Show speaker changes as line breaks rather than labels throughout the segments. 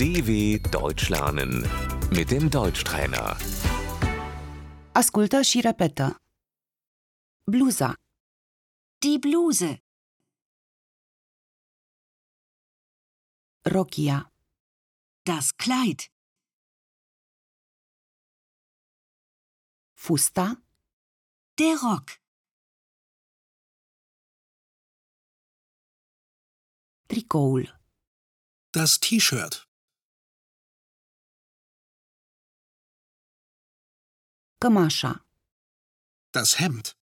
DW Deutsch lernen mit dem Deutschtrainer.
Ascultă și repetă. Bluza,
Die Bluse,
rochia,
das Kleid,
fusta,
der Rock,
tricoul,
Das T-Shirt.
cămașa,
Das Hemd.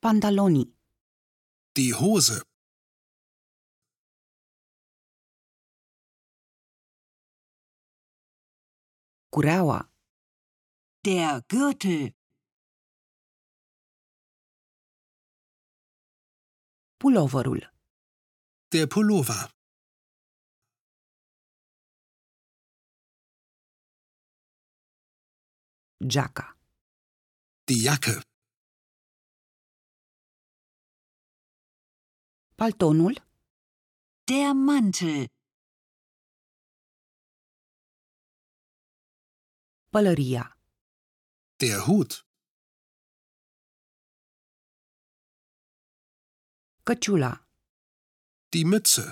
pantalonii,
Die Hose.
cureaua,
der Gürtel,
puloverul,
Der Pullover.
geaca,
Die Jacke.
paltonul,
der Mantel,
pălăria,
Der Hut.
căciula,
Die Mütze.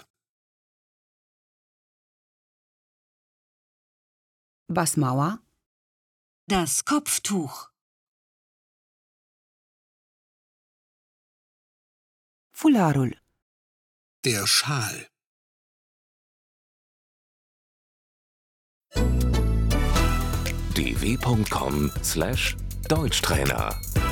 basmaua,
das Kopftuch,
fularul,
Der Schal.
dw.com/deutschtrainer